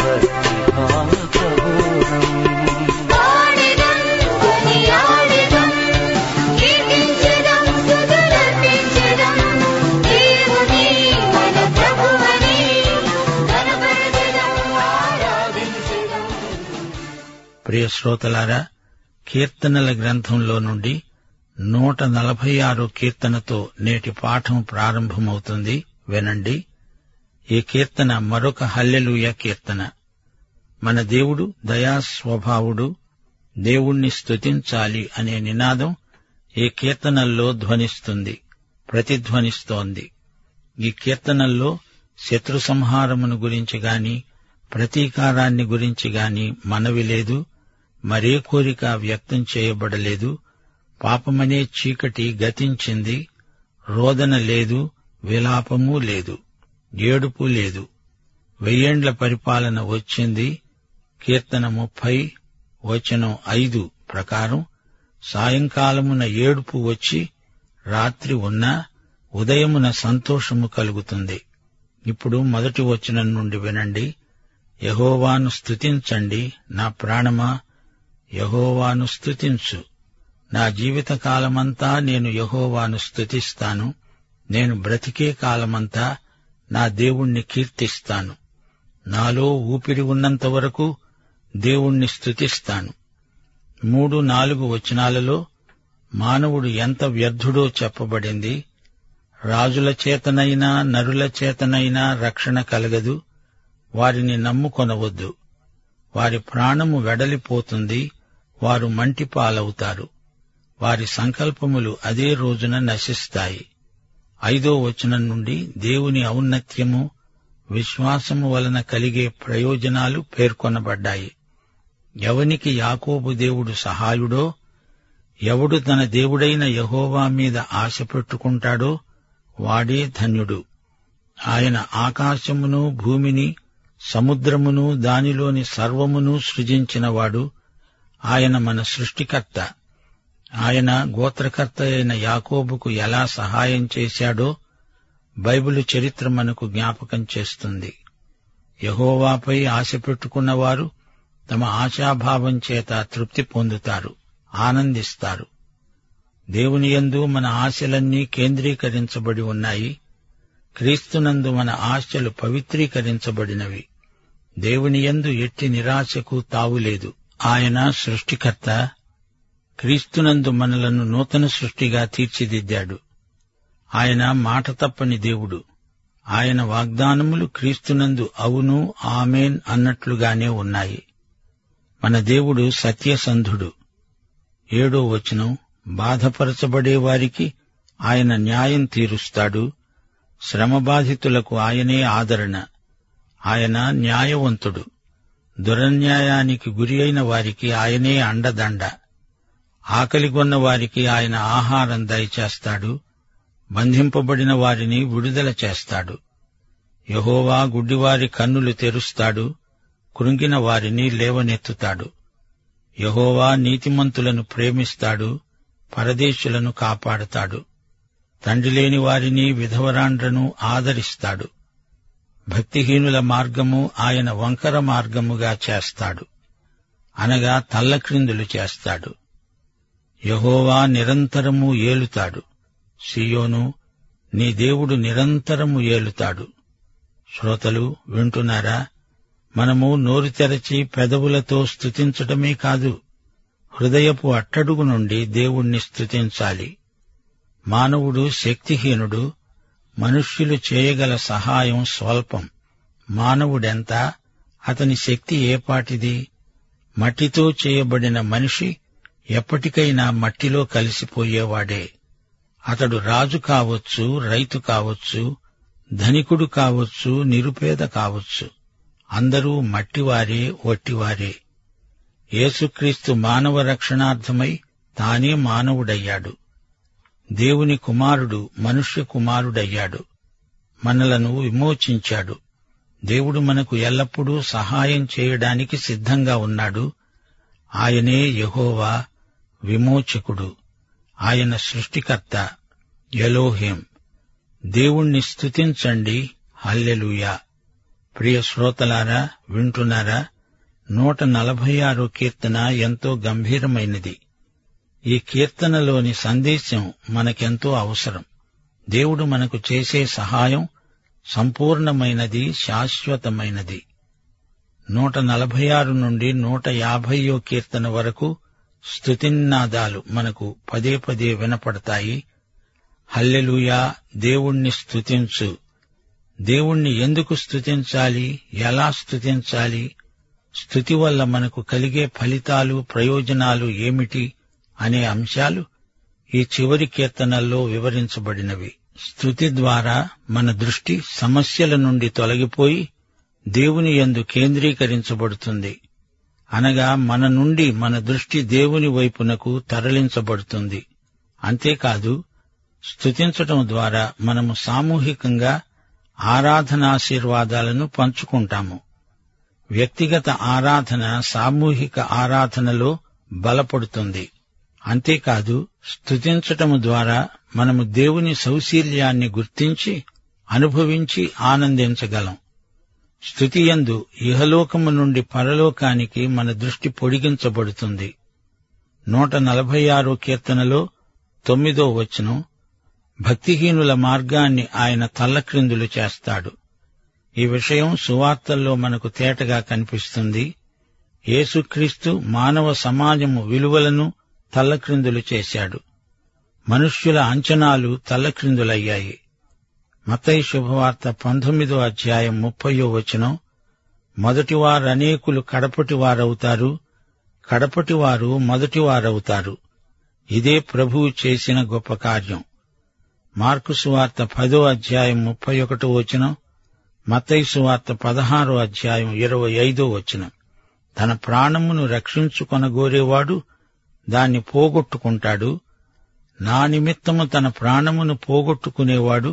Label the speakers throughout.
Speaker 1: భక్తిభావబోధం ప్రియ శ్రోతలారా కీర్తనల గ్రంథంలో నుండి నూట నలభై ఆరు కీర్తనతో నేటి పాఠం ప్రారంభమవుతుంది వినండి ఈ కీర్తన మరొక హల్లెలూయ కీర్తన మన దేవుడు దయా స్వభావుడు దేవుణ్ణి స్తుతించాలి అనే నినాదం ఈ కీర్తనల్లో ధ్వనిస్తుంది ప్రతిధ్వనిస్తోంది ఈ కీర్తనల్లో శత్రు సంహారమును గురించి గాని ప్రతీకారాన్ని గురించి గాని మనవి లేదు మరే కోరిక వ్యక్తం చేయబడలేదు పాపమనే చీకటి గతించింది రోదన లేదు విలాపము లేదు ఏడుపు లేదు వెయ్యేండ్ల పరిపాలన వచ్చింది కీర్తన ముప్పై వచనం ఐదు ప్రకారం సాయంకాలమున ఏడుపు వచ్చి రాత్రి ఉన్నా ఉదయమున సంతోషము కలుగుతుంది ఇప్పుడు మొదటి వచనం నుండి వినండి యహోవాను స్తుతించండి నా ప్రాణమా యహోవాను స్తుతించు నా జీవితకాలమంతా నేను యహోవాను స్తుతిస్తాను నేను బ్రతికే కాలమంతా నా దేవుణ్ణి కీర్తిస్తాను నాలో ఊపిరి ఉన్నంత వరకు దేవుణ్ణి స్తుతిస్తాను మూడు నాలుగు వచనాలలో మానవుడు ఎంత వ్యర్థుడో చెప్పబడింది రాజుల చేతనైనా నరుల చేతనైనా రక్షణ కలగదు వారిని నమ్ముకొనవద్దు వారి ప్రాణము వెడలిపోతుంది వారు మంటి పాలవుతారు వారి సంకల్పములు అదే రోజున నశిస్తాయి ఐదో వచనం నుండి దేవుని ఔన్నత్యము విశ్వాసము వలన కలిగే ప్రయోజనాలు పేర్కొనబడ్డాయి ఎవనికి యాకోబు దేవుడు సహాయుడో ఎవడు తన దేవుడైన యహోవా మీద ఆశ పెట్టుకుంటాడో వాడే ధన్యుడు ఆయన ఆకాశమును భూమిని సముద్రమును దానిలోని సర్వమును సృజించినవాడు ఆయన మన సృష్టికర్త ఆయన గోత్రకర్త అయిన యాకోబుకు ఎలా సహాయం చేశాడో బైబిలు చరిత్ర మనకు జ్ఞాపకం చేస్తుంది యహోవాపై ఆశ పెట్టుకున్నవారు తమ ఆశాభావం చేత తృప్తి పొందుతారు ఆనందిస్తారు దేవుని యందు మన ఆశలన్నీ కేంద్రీకరించబడి ఉన్నాయి క్రీస్తునందు మన ఆశలు పవిత్రీకరించబడినవి దేవుని యందు ఎట్టి నిరాశకు తావులేదు ఆయన సృష్టికర్త క్రీస్తునందు మనలను నూతన సృష్టిగా తీర్చిదిద్దాడు ఆయన మాట తప్పని దేవుడు ఆయన వాగ్దానములు క్రీస్తునందు అవును ఆమెన్ అన్నట్లుగానే ఉన్నాయి మన దేవుడు సత్యసంధుడు ఏడో వచనం బాధపరచబడే వారికి ఆయన న్యాయం తీరుస్తాడు శ్రమబాధితులకు ఆయనే ఆదరణ ఆయన న్యాయవంతుడు దురన్యాయానికి గురి అయిన వారికి ఆయనే అండదండ ఆకలిగొన్న వారికి ఆయన ఆహారం దయచేస్తాడు బంధింపబడిన వారిని విడుదల చేస్తాడు యహోవా గుడ్డివారి కన్నులు తెరుస్తాడు కృంగిన వారిని లేవనెత్తుతాడు యహోవా నీతిమంతులను ప్రేమిస్తాడు పరదేశులను కాపాడతాడు తండ్రిలేని వారిని విధవరాండ్రను ఆదరిస్తాడు భక్తిహీనుల మార్గము ఆయన వంకర మార్గముగా చేస్తాడు అనగా తల్లక్రిందులు చేస్తాడు యహోవా నిరంతరము ఏలుతాడు సియోను నీ దేవుడు నిరంతరము ఏలుతాడు శ్రోతలు వింటున్నారా మనము నోరు తెరచి పెదవులతో స్తుతించటమే కాదు హృదయపు అట్టడుగు నుండి దేవుణ్ణి స్తుతించాలి మానవుడు శక్తిహీనుడు మనుష్యులు చేయగల సహాయం స్వల్పం మానవుడెంత అతని శక్తి ఏపాటిది మట్టితో చేయబడిన మనిషి ఎప్పటికైనా మట్టిలో కలిసిపోయేవాడే అతడు రాజు కావచ్చు రైతు కావచ్చు ధనికుడు కావచ్చు నిరుపేద కావచ్చు అందరూ మట్టివారే ఒట్టివారే యేసుక్రీస్తు మానవ రక్షణార్థమై తానే మానవుడయ్యాడు దేవుని కుమారుడు మనుష్య కుమారుడయ్యాడు మనలను విమోచించాడు దేవుడు మనకు ఎల్లప్పుడూ సహాయం చేయడానికి సిద్ధంగా ఉన్నాడు ఆయనే యెహోవా విమోచకుడు ఆయన సృష్టికర్త ఎలోహేం దేవుణ్ణి స్తుతించండి హల్లెలూయా ప్రియ శ్రోతలారా వింటున్నారా నూట నలభై ఆరో కీర్తన ఎంతో గంభీరమైనది ఈ కీర్తనలోని సందేశం మనకెంతో అవసరం దేవుడు మనకు చేసే సహాయం సంపూర్ణమైనది శాశ్వతమైనది నూట నలభై ఆరు నుండి నూట యాభైయో కీర్తన వరకు స్తుతిన్నాదాలు మనకు పదే పదే వినపడతాయి హల్లెలూయా దేవుణ్ణి స్తుతించు దేవుణ్ణి ఎందుకు స్తుతించాలి ఎలా స్తుతించాలి స్థుతి వల్ల మనకు కలిగే ఫలితాలు ప్రయోజనాలు ఏమిటి అనే అంశాలు ఈ చివరి కీర్తనల్లో వివరించబడినవి స్థుతి ద్వారా మన దృష్టి సమస్యల నుండి తొలగిపోయి దేవుని యందు కేంద్రీకరించబడుతుంది అనగా మన నుండి మన దృష్టి దేవుని వైపునకు తరలించబడుతుంది అంతేకాదు స్థుతించటం ద్వారా మనము సామూహికంగా ఆరాధనాశీర్వాదాలను పంచుకుంటాము వ్యక్తిగత ఆరాధన సామూహిక ఆరాధనలో బలపడుతుంది అంతేకాదు స్తుతించటం ద్వారా మనము దేవుని సౌశీల్యాన్ని గుర్తించి అనుభవించి ఆనందించగలం స్థుతియందు ఇహలోకము నుండి పరలోకానికి మన దృష్టి పొడిగించబడుతుంది నూట నలభై ఆరో కీర్తనలో తొమ్మిదో వచనం భక్తిహీనుల మార్గాన్ని ఆయన తల్లక్రిందులు చేస్తాడు ఈ విషయం సువార్తల్లో మనకు తేటగా కనిపిస్తుంది యేసుక్రీస్తు మానవ సమాజము విలువలను తల్లక్రిందులు చేశాడు మనుష్యుల అంచనాలు తల్లక్రిందులయ్యాయి మతయి శుభవార్త పంతొమ్మిదో అధ్యాయం ముప్పయో వచనం మొదటివారు అనేకులు కడపటి వారవుతారు కడపటి వారు మొదటి వారవుతారు ఇదే ప్రభువు చేసిన గొప్ప కార్యం మార్కు సువార్త పదో అధ్యాయం ముప్పై ఒకటో వచనం మతయి సువార్త పదహారో అధ్యాయం ఇరవై ఐదో వచనం తన ప్రాణమును రక్షించుకొనగోరేవాడు దాన్ని పోగొట్టుకుంటాడు నా నిమిత్తము తన ప్రాణమును పోగొట్టుకునేవాడు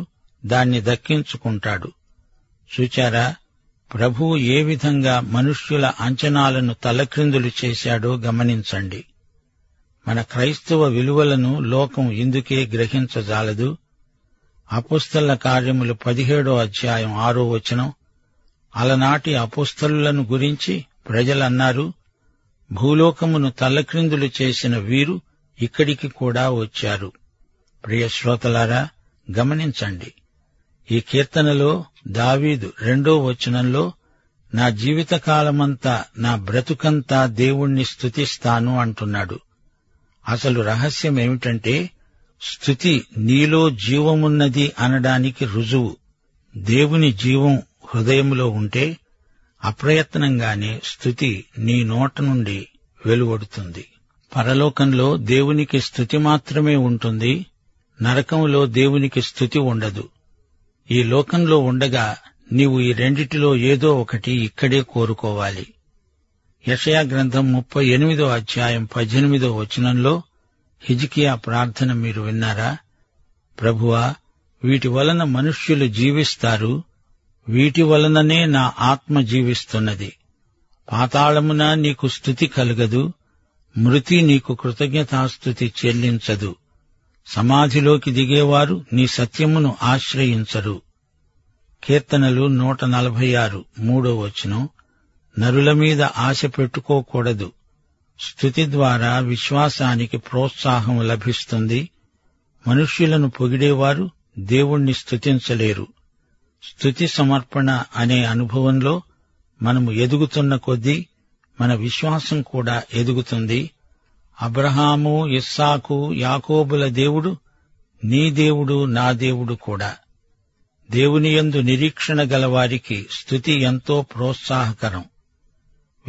Speaker 1: దాన్ని దక్కించుకుంటాడు చూచారా ప్రభువు ఏ విధంగా మనుష్యుల అంచనాలను తలక్రిందులు చేశాడో గమనించండి మన క్రైస్తవ విలువలను లోకం ఇందుకే గ్రహించజాలదు అపుస్తల కార్యములు పదిహేడో అధ్యాయం ఆరో వచనం అలనాటి అపుస్తలులను గురించి ప్రజలన్నారు భూలోకమును తల్లక్రిందులు చేసిన వీరు ఇక్కడికి కూడా వచ్చారు ప్రియ శ్రోతలారా గమనించండి ఈ కీర్తనలో దావీదు రెండో వచనంలో నా జీవితకాలమంతా నా బ్రతుకంతా దేవుణ్ణి స్తుతిస్తాను అంటున్నాడు అసలు రహస్యం ఏమిటంటే స్థుతి నీలో జీవమున్నది అనడానికి రుజువు దేవుని జీవం హృదయములో ఉంటే అప్రయత్నంగానే స్థుతి నీ నోట నుండి వెలువడుతుంది పరలోకంలో దేవునికి స్థుతి మాత్రమే ఉంటుంది నరకంలో దేవునికి స్థుతి ఉండదు ఈ లోకంలో ఉండగా నీవు ఈ రెండిటిలో ఏదో ఒకటి ఇక్కడే కోరుకోవాలి యెషయా గ్రంథం ముప్పై ఎనిమిదో అధ్యాయం పద్దెనిమిదో వచనంలో హిజికియా ప్రార్థన మీరు విన్నారా ప్రభువా వీటి వలన మనుష్యులు జీవిస్తారు వీటి వలననే నా ఆత్మ జీవిస్తున్నది పాతాళమున నీకు స్థుతి కలగదు మృతి నీకు కృతజ్ఞతాస్థుతి చెల్లించదు సమాధిలోకి దిగేవారు నీ సత్యమును ఆశ్రయించరు కీర్తనలు నూట నలభై ఆరు మూడో వచనం నరుల మీద ఆశ పెట్టుకోకూడదు స్థుతి ద్వారా విశ్వాసానికి ప్రోత్సాహం లభిస్తుంది మనుష్యులను పొగిడేవారు దేవుణ్ణి స్థుతించలేరు స్థుతి సమర్పణ అనే అనుభవంలో మనము ఎదుగుతున్న కొద్దీ మన విశ్వాసం కూడా ఎదుగుతుంది అబ్రహాము ఇస్సాకు యాకోబుల దేవుడు నీ దేవుడు నా దేవుడు కూడా దేవుని యందు నిరీక్షణ గలవారికి స్థుతి ఎంతో ప్రోత్సాహకరం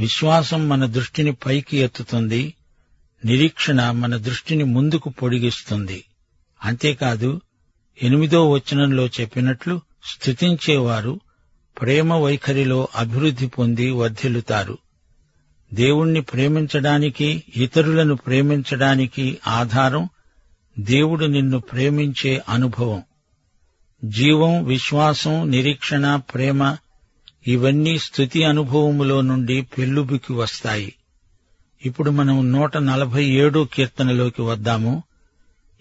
Speaker 1: విశ్వాసం మన దృష్టిని పైకి ఎత్తుతుంది నిరీక్షణ మన దృష్టిని ముందుకు పొడిగిస్తుంది అంతేకాదు ఎనిమిదో వచనంలో చెప్పినట్లు స్థుతించేవారు ప్రేమ వైఖరిలో అభివృద్ధి పొంది వర్ధిల్లుతారు దేవుణ్ణి ప్రేమించడానికి ఇతరులను ప్రేమించడానికి ఆధారం దేవుడు నిన్ను ప్రేమించే అనుభవం జీవం విశ్వాసం నిరీక్షణ ప్రేమ ఇవన్నీ స్థుతి అనుభవములో నుండి పెళ్ళుబికి వస్తాయి ఇప్పుడు మనం నూట నలభై ఏడో కీర్తనలోకి వద్దాము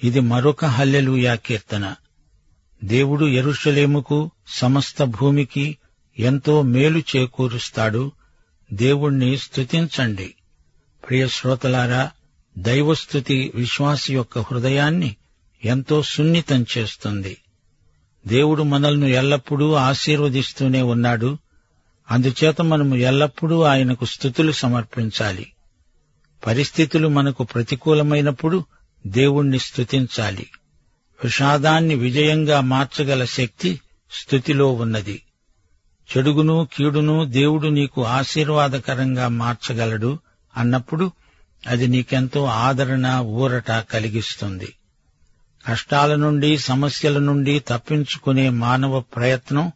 Speaker 1: ఇది మరొక హల్లెలూయా కీర్తన దేవుడు యెరూషలేముకు సమస్త భూమికి ఎంతో మేలు చేకూరుస్తాడు దేవుణ్ణి స్తుతించండి ప్రియ శ్రోతలారా దైవస్థుతి విశ్వాసి యొక్క హృదయాన్ని ఎంతో సున్నితం చేస్తుంది దేవుడు మనల్ని ఎల్లప్పుడూ ఆశీర్వదిస్తూనే ఉన్నాడు అందుచేత మనము ఎల్లప్పుడూ ఆయనకు స్థుతులు సమర్పించాలి పరిస్థితులు మనకు ప్రతికూలమైనప్పుడు దేవుణ్ణి స్తుతించాలి విషాదాన్ని విజయంగా మార్చగల శక్తి స్థుతిలో ఉన్నది చెడుగును కీడును దేవుడు నీకు ఆశీర్వాదకరంగా మార్చగలడు అన్నప్పుడు అది నీకెంతో ఆదరణ ఊరట కలిగిస్తుంది కష్టాల నుండి సమస్యల నుండి తప్పించుకునే మానవ ప్రయత్నం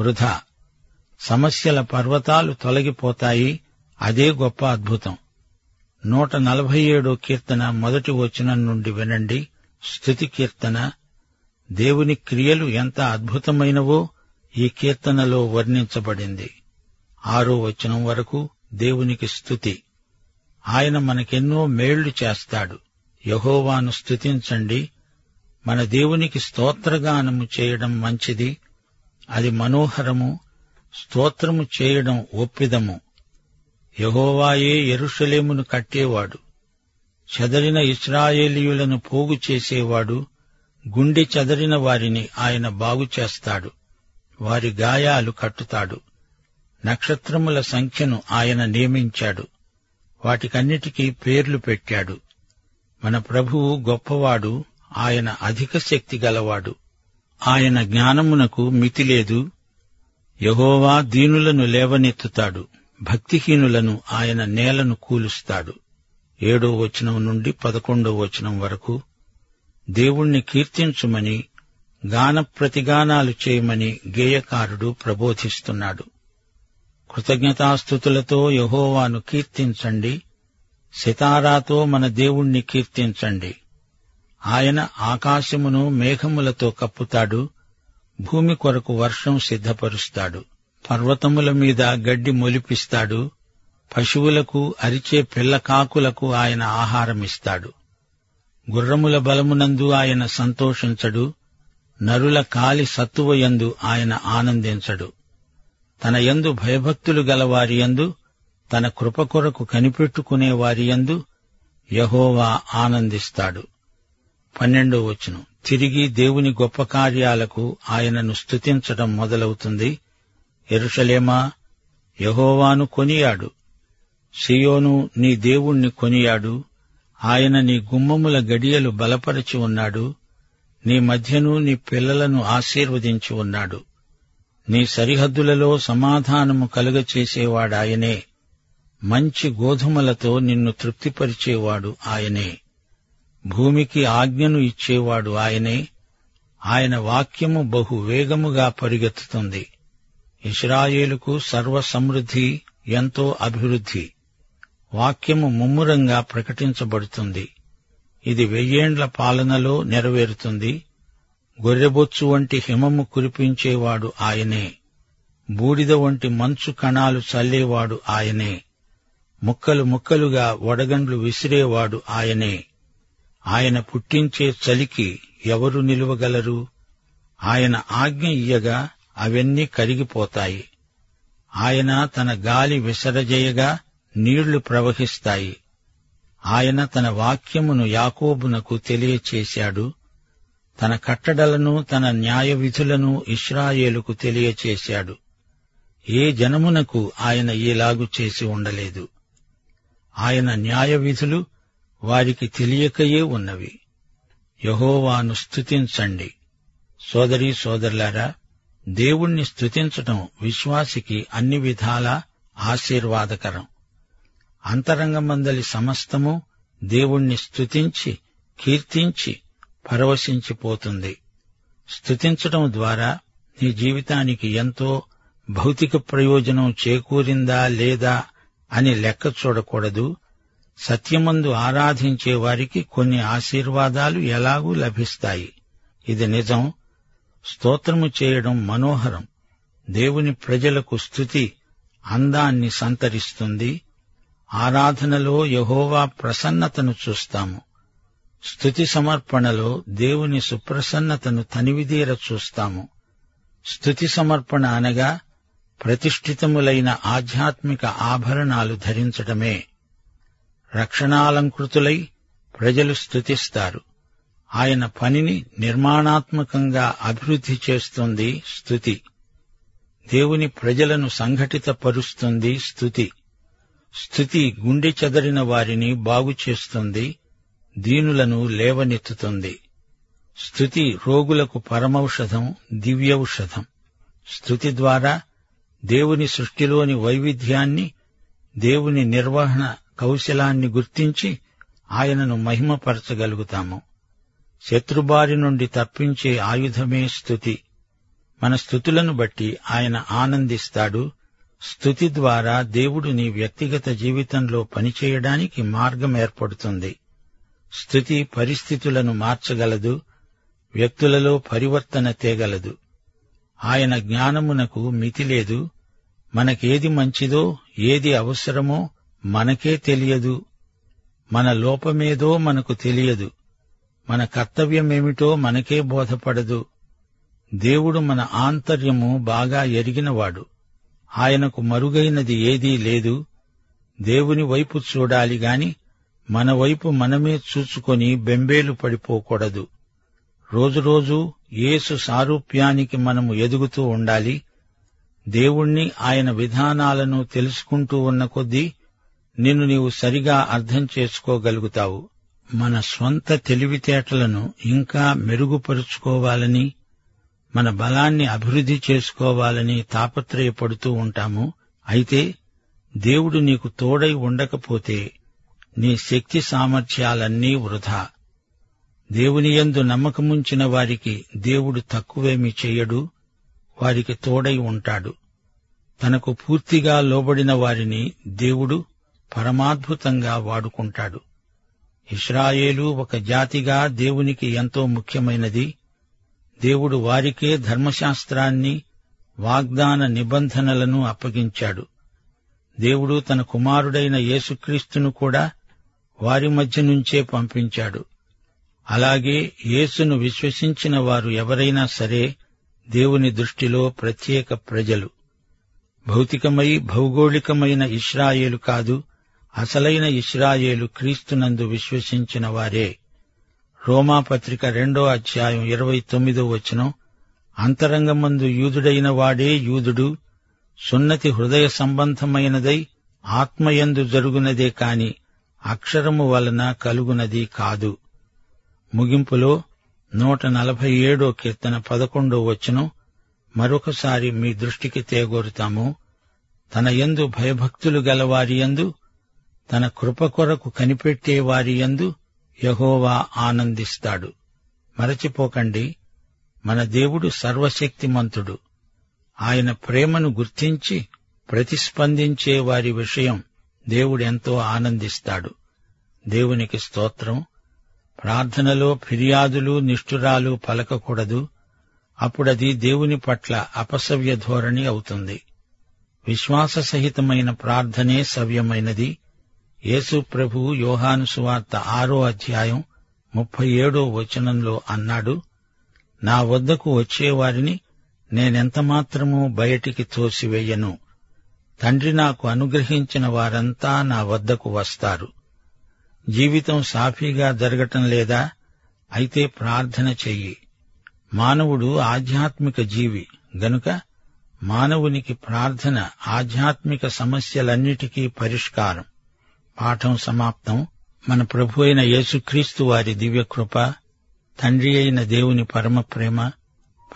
Speaker 1: వృధా సమస్యల పర్వతాలు తొలగిపోతాయి అదే గొప్ప అద్భుతం నూట నలభై ఏడో కీర్తన మొదటి వచనం నుండి వినండి స్థుతి కీర్తన దేవుని క్రియలు ఎంత అద్భుతమైనవో ఈ కీర్తనలో వర్ణించబడింది ఆరో వచనం వరకు దేవునికి స్థుతి ఆయన మనకెన్నో మేళ్లు చేస్తాడు యహోవాను స్థుతించండి మన దేవునికి స్తోత్రగానము చేయడం మంచిది అది మనోహరము స్తోత్రము చేయడం ఒప్పిదము యహోవాయే యెరూషలేమును కట్టేవాడు చెదరిన ఇస్రాయేలీయులను పోగు చేసేవాడు గుండె చెదరిన వారిని ఆయన బాగు చేస్తాడు వారి గాయాలు కట్టుతాడు నక్షత్రముల సంఖ్యను ఆయన నియమించాడు వాటికన్నిటికీ పేర్లు పెట్టాడు మన ప్రభువు గొప్పవాడు ఆయన అధిక శక్తి గలవాడు ఆయన జ్ఞానమునకు మితి లేదు యహోవా దీనులను లేవనెత్తుతాడు భక్తిహీనులను ఆయన నేలను కూలుస్తాడు ఏడో వచనం నుండి పదకొండో వచనం వరకు దేవుణ్ణి కీర్తించుమని గాన ప్రతిగానాలు చేయమని గేయకారుడు ప్రబోధిస్తున్నాడు కృతజ్ఞతాస్థుతులతో యహోవాను కీర్తించండి సితారాతో మన దేవుణ్ణి కీర్తించండి ఆయన ఆకాశమును మేఘములతో కప్పుతాడు భూమి కొరకు వర్షం సిద్ధపరుస్తాడు పర్వతముల మీద గడ్డి మొలిపిస్తాడు పశువులకు అరిచే పిల్లకాకులకు ఆయన ఆహారమిస్తాడు గుర్రముల బలమునందు ఆయన సంతోషించడు నరుల కాలి సత్తువయందు ఆయన ఆనందించడు తన యందు భయభక్తులు గల వారి యందు తన కృప కొరకు కనిపెట్టుకునే వారి యందు యహోవా ఆనందిస్తాడు పన్నెండో వచనం తిరిగి దేవుని గొప్ప కార్యాలకు ఆయనను స్తుతించడం మొదలవుతుంది ఎరుషలేమా యహోవాను కొనియాడు సియోను నీ దేవుణ్ణి కొనియాడు ఆయన నీ గుమ్మముల గడియలు బలపరిచి ఉన్నాడు నీ మధ్యను నీ పిల్లలను ఆశీర్వదించి ఉన్నాడు నీ సరిహద్దులలో సమాధానము కలుగచేసేవాడాయనే మంచి గోధుమలతో నిన్ను తృప్తిపరిచేవాడు ఆయనే భూమికి ఆజ్ఞను ఇచ్చేవాడు ఆయనే ఆయన వాక్యము బహు వేగముగా పరిగెత్తుతుంది ఇస్రాయేలుకు సర్వ సమృద్ధి ఎంతో అభివృద్ధి వాక్యము ముమ్మురంగా ప్రకటించబడుతుంది ఇది వెయ్యేండ్ల పాలనలో నెరవేరుతుంది గొర్రెబొచ్చు వంటి హిమము కురిపించేవాడు ఆయనే బూడిద వంటి మంచు కణాలు చల్లేవాడు ఆయనే ముక్కలు ముక్కలుగా వడగండ్లు విసిరేవాడు ఆయనే ఆయన పుట్టించే చలికి ఎవరు నిలువగలరు ఆయన ఆజ్ఞ ఇయ్యగా అవన్నీ కరిగిపోతాయి ఆయన తన గాలి విసరజేయగా నీళ్లు ప్రవహిస్తాయి ఆయన తన వాక్యమును యాకోబునకు తెలియచేశాడు తన కట్టడలను తన న్యాయ విధులను ఇస్రాయేలుకు తెలియచేశాడు ఏ జనమునకు ఆయన ఈలాగు చేసి ఉండలేదు ఆయన న్యాయ విధులు వారికి తెలియకయే ఉన్నవి యహోవాను స్తుతించండి సోదరీ సోదరులారా దేవుణ్ణి స్తుతించటం విశ్వాసికి అన్ని విధాలా ఆశీర్వాదకరం అంతరంగమందలి సమస్తము దేవుణ్ణి స్తుతించి కీర్తించి పరవశించిపోతుంది స్తుతించటం ద్వారా నీ జీవితానికి ఎంతో భౌతిక ప్రయోజనం చేకూరిందా లేదా అని లెక్క చూడకూడదు సత్యమందు ఆరాధించే వారికి కొన్ని ఆశీర్వాదాలు ఎలాగూ లభిస్తాయి ఇది నిజం స్తోత్రము చేయడం మనోహరం దేవుని ప్రజలకు స్తుతి అందాన్ని సంతరిస్తుంది ఆరాధనలో యహోవా ప్రసన్నతను చూస్తాము స్తుతి సమర్పణలో దేవుని సుప్రసన్నతను తనివిదీర చూస్తాము స్తుతి సమర్పణ అనగా ప్రతిష్ఠితములైన ఆధ్యాత్మిక ఆభరణాలు ధరించటమే రక్షణాలంకృతులై ప్రజలు స్తుతిస్తారు ఆయన పనిని నిర్మాణాత్మకంగా అభివృద్ధి చేస్తుంది స్తుతి దేవుని ప్రజలను సంఘటితపరుస్తుంది స్తుతి స్తుతి గుండె చెదరిన వారిని బాగు చేస్తుంది దీనులను లేవనెత్తుతుంది స్తుతి రోగులకు పరమౌషధం దివ్యౌషధం స్తుతి ద్వారా దేవుని సృష్టిలోని వైవిధ్యాన్ని దేవుని నిర్వహణ కౌశలాన్ని గుర్తించి ఆయనను మహిమపరచగలుగుతాము శత్రుబారి నుండి తప్పించే ఆయుధమే స్తుతి మన స్థుతులను బట్టి ఆయన ఆనందిస్తాడు స్తుతి ద్వారా దేవుడు నీ వ్యక్తిగత జీవితంలో పనిచేయడానికి మార్గం ఏర్పడుతుంది స్థుతి పరిస్థితులను మార్చగలదు వ్యక్తులలో పరివర్తన తేగలదు ఆయన జ్ఞానమునకు మితి లేదు మనకేది మంచిదో ఏది అవసరమో మనకే తెలియదు మన లోపమేదో మనకు తెలియదు మన కర్తవ్యమేమిటో మనకే బోధపడదు దేవుడు మన ఆంతర్యము బాగా ఎరిగినవాడు ఆయనకు మరుగైనది ఏదీ లేదు దేవుని వైపు చూడాలి గాని మన వైపు మనమే చూచుకొని బెంబేలు పడిపోకూడదు రోజురోజు యేసు సారూప్యానికి మనము ఎదుగుతూ ఉండాలి దేవుణ్ణి ఆయన విధానాలను తెలుసుకుంటూ ఉన్న కొద్దీ నిన్ను నీవు సరిగా అర్థం చేసుకోగలుగుతావు మన స్వంత తెలివితేటలను ఇంకా మెరుగుపరుచుకోవాలని మన బలాన్ని అభివృద్ధి చేసుకోవాలని తాపత్రయపడుతూ ఉంటాము అయితే దేవుడు నీకు తోడై ఉండకపోతే నీ శక్తి సామర్థ్యాలన్నీ వృధా దేవుని యందు నమ్మకముంచిన వారికి దేవుడు తక్కువేమీ చేయడు వారికి తోడై ఉంటాడు తనకు పూర్తిగా లోబడిన వారిని దేవుడు పరమాద్భుతంగా వాడుకుంటాడు ఇస్రాయేలు ఒక జాతిగా దేవునికి ఎంతో ముఖ్యమైనది దేవుడు వారికే ధర్మశాస్త్రాన్ని వాగ్దాన నిబంధనలను అప్పగించాడు దేవుడు తన కుమారుడైన యేసుక్రీస్తును కూడా వారి మధ్య నుంచే పంపించాడు అలాగే యేసును విశ్వసించిన వారు ఎవరైనా సరే దేవుని దృష్టిలో ప్రత్యేక ప్రజలు భౌతికమై భౌగోళికమైన ఇస్రాయేలు కాదు అసలైన ఇస్రాయేలు క్రీస్తునందు విశ్వసించిన వారే రోమాపత్రిక రెండో అధ్యాయం ఇరవై తొమ్మిదో వచనం అంతరంగమందు యూదుడైన వాడే యూదుడు సున్నతి హృదయ సంబంధమైనదై ఆత్మయందు జరుగునదే కాని అక్షరము వలన కలుగునది కాదు ముగింపులో నూట నలభై ఏడో కీర్తన పదకొండో వచనం మరొకసారి మీ దృష్టికి తేగోరుతాము తన యందు భయభక్తులు గలవారి యందు తన కృప కొరకు కనిపెట్టే వారి యందు యహోవా ఆనందిస్తాడు మరచిపోకండి మన దేవుడు సర్వశక్తిమంతుడు ఆయన ప్రేమను గుర్తించి ప్రతిస్పందించే వారి విషయం దేవుడెంతో ఆనందిస్తాడు దేవునికి స్తోత్రం ప్రార్థనలో ఫిర్యాదులు నిష్ఠురాలు పలకకూడదు అప్పుడది దేవుని పట్ల అపసవ్య ధోరణి అవుతుంది విశ్వాస సహితమైన ప్రార్థనే సవ్యమైనది యేసు ప్రభు యోహాను సువార్త ఆరో అధ్యాయం ముప్పై ఏడో వచనంలో అన్నాడు నా వద్దకు వచ్చేవారిని నేనెంతమాత్రమూ బయటికి తోసివేయను తండ్రి నాకు అనుగ్రహించిన వారంతా నా వద్దకు వస్తారు జీవితం సాఫీగా జరగటం లేదా అయితే ప్రార్థన చెయ్యి మానవుడు ఆధ్యాత్మిక జీవి గనుక మానవునికి ప్రార్థన ఆధ్యాత్మిక సమస్యలన్నిటికీ పరిష్కారం పాఠం సమాప్తం మన ప్రభు అయిన యేసుక్రీస్తు వారి దివ్యకృప తండ్రి అయిన దేవుని పరమ ప్రేమ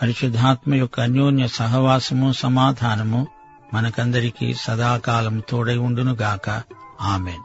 Speaker 1: పరిశుద్ధాత్మ యొక్క అన్యోన్య సహవాసము సమాధానము మనకందరికీ సదాకాలం తోడై ఉండునుగాక ఆమెన్